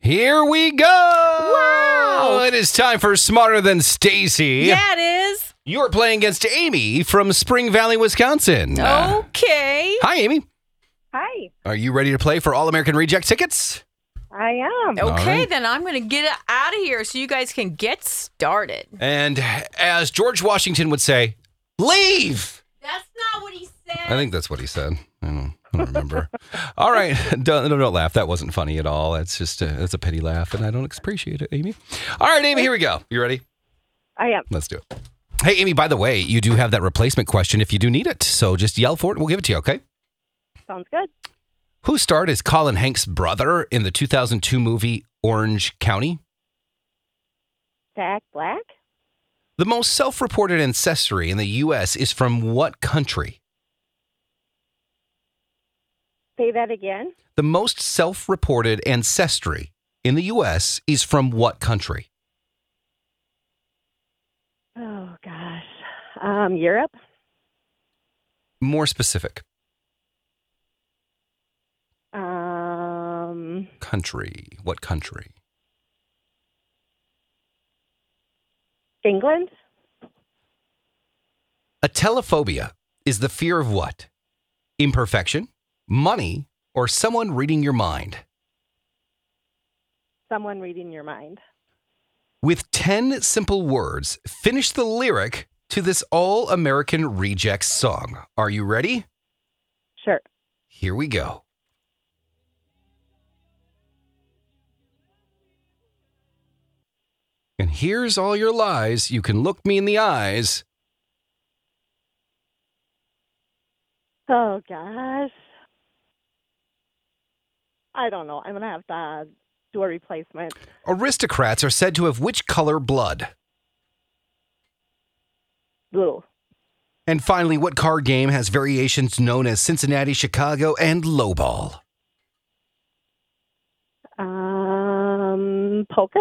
Here we go! Wow! It is time for Smarter Than Stacy. Yeah, it is. You're playing against Amy from Spring Valley, Wisconsin. Uh, Okay. hi, Amy. Hi, Are you ready to play for All American Reject tickets? I am. all Okay, right. then I'm going to get out of here so you guys can get started. And as George Washington would say, leave! That's not what he I said. think that's what he said. I don't, I don't remember. All right, don't, don't don't laugh. That wasn't funny at all. That's just a, that's a pity laugh, and I don't appreciate it, Amy. All right, Amy, here we go. You ready? I am. Let's do it. Hey, Amy, by the way, you do have that replacement question if you do need it. So just yell for it and we'll give it to you, okay? Sounds good. Who starred as Colin Hanks' brother in the 2002 movie Orange County? Zach Black, The most self reported ancestry in the U.S. is from what country? say that again. The most self reported ancestry in the U.S. is from what country? Oh gosh, um, Europe, More specific, um, country. What country? England, Atelophobia is the fear of what? Imperfection, money, or someone reading your mind? someone reading your mind. With 10 simple words, finish the lyric to this all American rejects song. Are you ready? Sure. Here we go. And here's all your lies. You can look me in the eyes. Oh gosh, I don't know. I'm gonna have to uh, do a replacement. Aristocrats are said to have which color blood? Blue. And finally, what card game has variations known as Cincinnati, Chicago, and Lowball? Um, poker.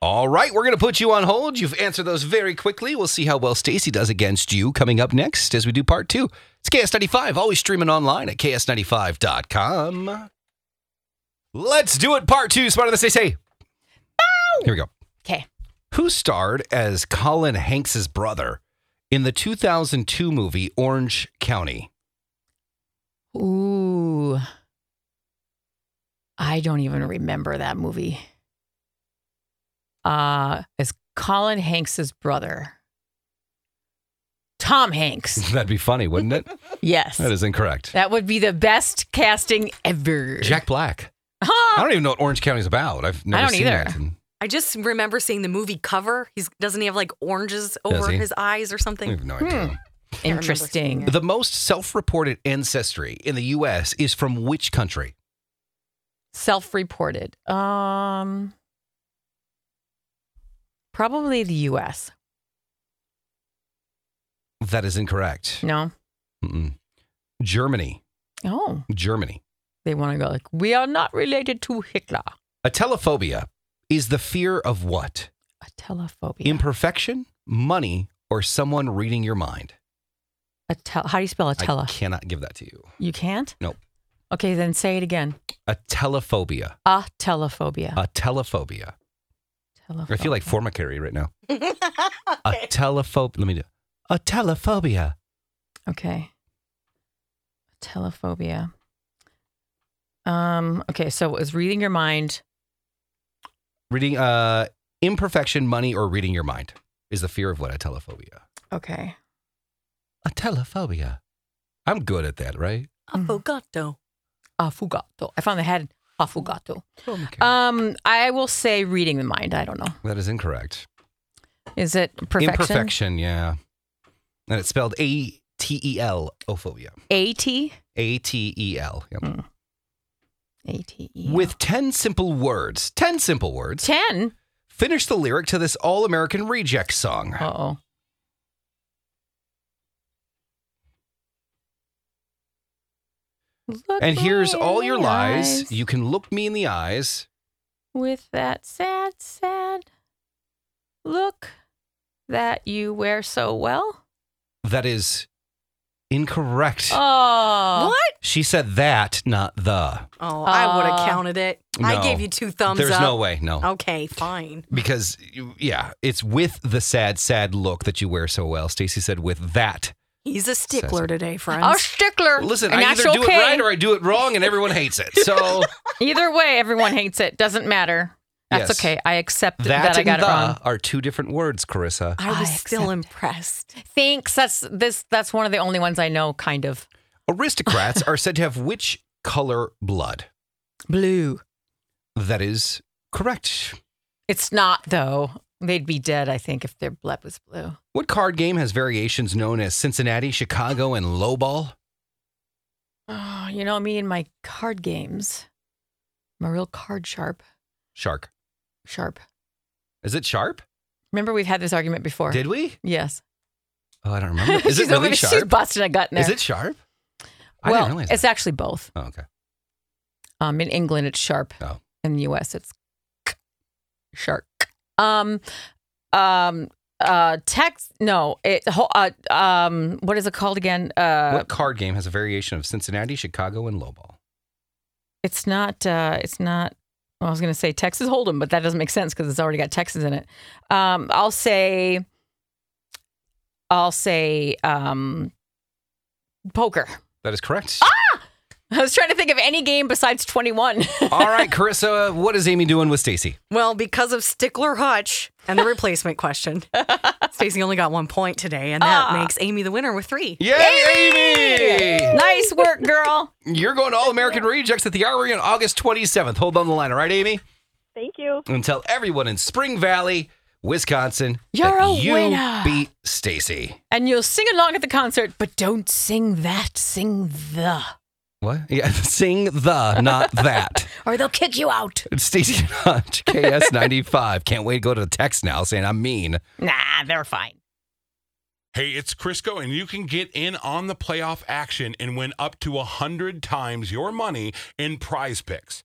All right, we're going to put you on hold. You've answered those very quickly. We'll see how well Stacy does against you coming up next as we do part two. It's KS95, always streaming online at ks95.com. Let's do it, part two. Smarter than Stacy. Here we go. 'Kay. Who starred as Colin Hanks' brother in the 2002 movie Orange County? Ooh. I don't even remember that movie. Uh, it's Colin Hanks's brother. Tom Hanks. That'd be funny, wouldn't it? Yes. that is incorrect. That would be the best casting ever. Jack Black. Huh. I don't even know what Orange County's about. I've never don't seen either. that. And I just remember seeing the movie cover. He's doesn't he have like oranges over he? his eyes or I something? have no hmm. idea. remember seeing Interesting. it. The most self reported ancestry in the U.S. is from which country? Self-reported. Um probably the US. That is incorrect. No. Mm-mm. Germany. Oh, Germany. they want to go like we are not related to Hitler. Atelophobia is the fear of what? A telephobia. Imperfection, money, or someone reading your mind? a tel- how do you spell a I tele? cannot give that to you. You can't? Nope. Okay, then say it again. Atelophobia. A telephobia. Atelophobia. Uh, I feel like formicary right now. Okay. Atelophobia. Let me do Atelophobia. Okay. Telephobia. Um, okay, so it was reading your mind. Reading uh, imperfection, money, or reading your mind is the fear of what? Atelophobia. Okay. Atelophobia. I'm good at that, right? Affogato. Affogato. I found the head affogato. Okay. Um, I will say reading the mind. I don't know. that is incorrect. Is it perfection? Imperfection, yeah. And it's spelled A T E L ophobia. AT? A T E L. Yep. ATE. With 10 simple words, 10 simple words, 10. finish the lyric to this all American reject song. Uh oh. Look and me here's in all your the lies. eyes You can look me in the eyes. with that sad, sad look that you wear so well. That is Incorrect. Oh. What? She said that, not the. Oh, I would Uh, have counted it. I no. gave you two thumbs There's up. no way, no. Okay, fine. Because, yeah, it's with the sad, sad look that you wear so well. Stacy said with that. He's a stickler today, friends. Oh, stickler. Listen, and I that's either do okay. it right or I do it wrong and everyone hates it. So Either way, everyone hates it. Doesn't matter. That's Yes. okay. I accept that, that, I and got the it wrong. are two different words, Carissa. I was I still impressed. Thanks. That's this. That's one of the only ones I know. Kind of Aristocrats are said to have which color blood? blue. That is correct. It's not though. They'd be dead. I think if their blood was blue. What card game has variations known as Cincinnati, Chicago, and Lowball? Oh, you know me and my card games. I'm a real card sharp. Shark. Sharp. Is it sharp? Remember we've had this argument before. Did we? yes. Oh, I don't remember. Is she's it really over- She's sharp? busted a gut in there. Is it sharp? I well, didn't realize it's that. actually both. Oh, okay. Um, in England, it's sharp. Oh. In the U.S., it's k- shark. Um, um, uh, text. No, it. ho- Uh, um, what is it called again? Uh, what card game has a variation of Cincinnati, Chicago, and Lowball? it's not. Uh, it's not. Well, I was gonna say Texas Hold'em, but that doesn't make sense because it's already got Texas in it. Um, I'll say. I'll say um, poker. That is correct. Ah! I was trying to think of any game besides twenty one. All right, Carissa, what is Amy doing with Stacy? Well, because of Stickler Hutch and the replacement question, Stacey only got one point today, and that Ah. makes Amy the winner with three. Yay, Amy! nice work, girl. You're going to All American Rejects at the Armory on August 27th. Hold on the line, all right, Amy? Thank you. And tell everyone in Spring Valley, Wisconsin, You're that a you winner. beat Stacy. And you'll sing along at the concert, but don't sing that, sing the. What? Yeah, sing the, not that. Or they'll kick you out. It's Stacy Notch, KS95. Can't wait to go to the text now saying I'm mean. Nah, they're fine. Hey, it's Crisco, and you can get in on the playoff action and win up to 100 times your money in prize picks.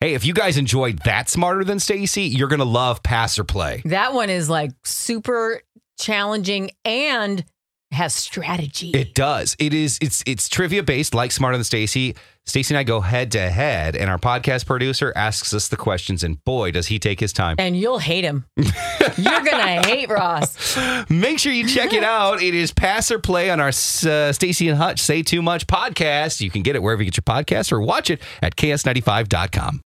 Hey, if you guys enjoyed that smarter than Stacy, you're gonna love pass or play. That one is like super challenging and has strategy. It does. It is. It's it's trivia based, like smarter than Stacy. Stacy and I go head to head, and our podcast producer asks us the questions, and boy, does he take his time. and you'll hate him. You're going to hate Ross. Make sure you check it out. It is pass or play on our uh, Stacy and Hutch Say Too Much podcast. You can get it wherever you get your podcast or watch it at ks95.com.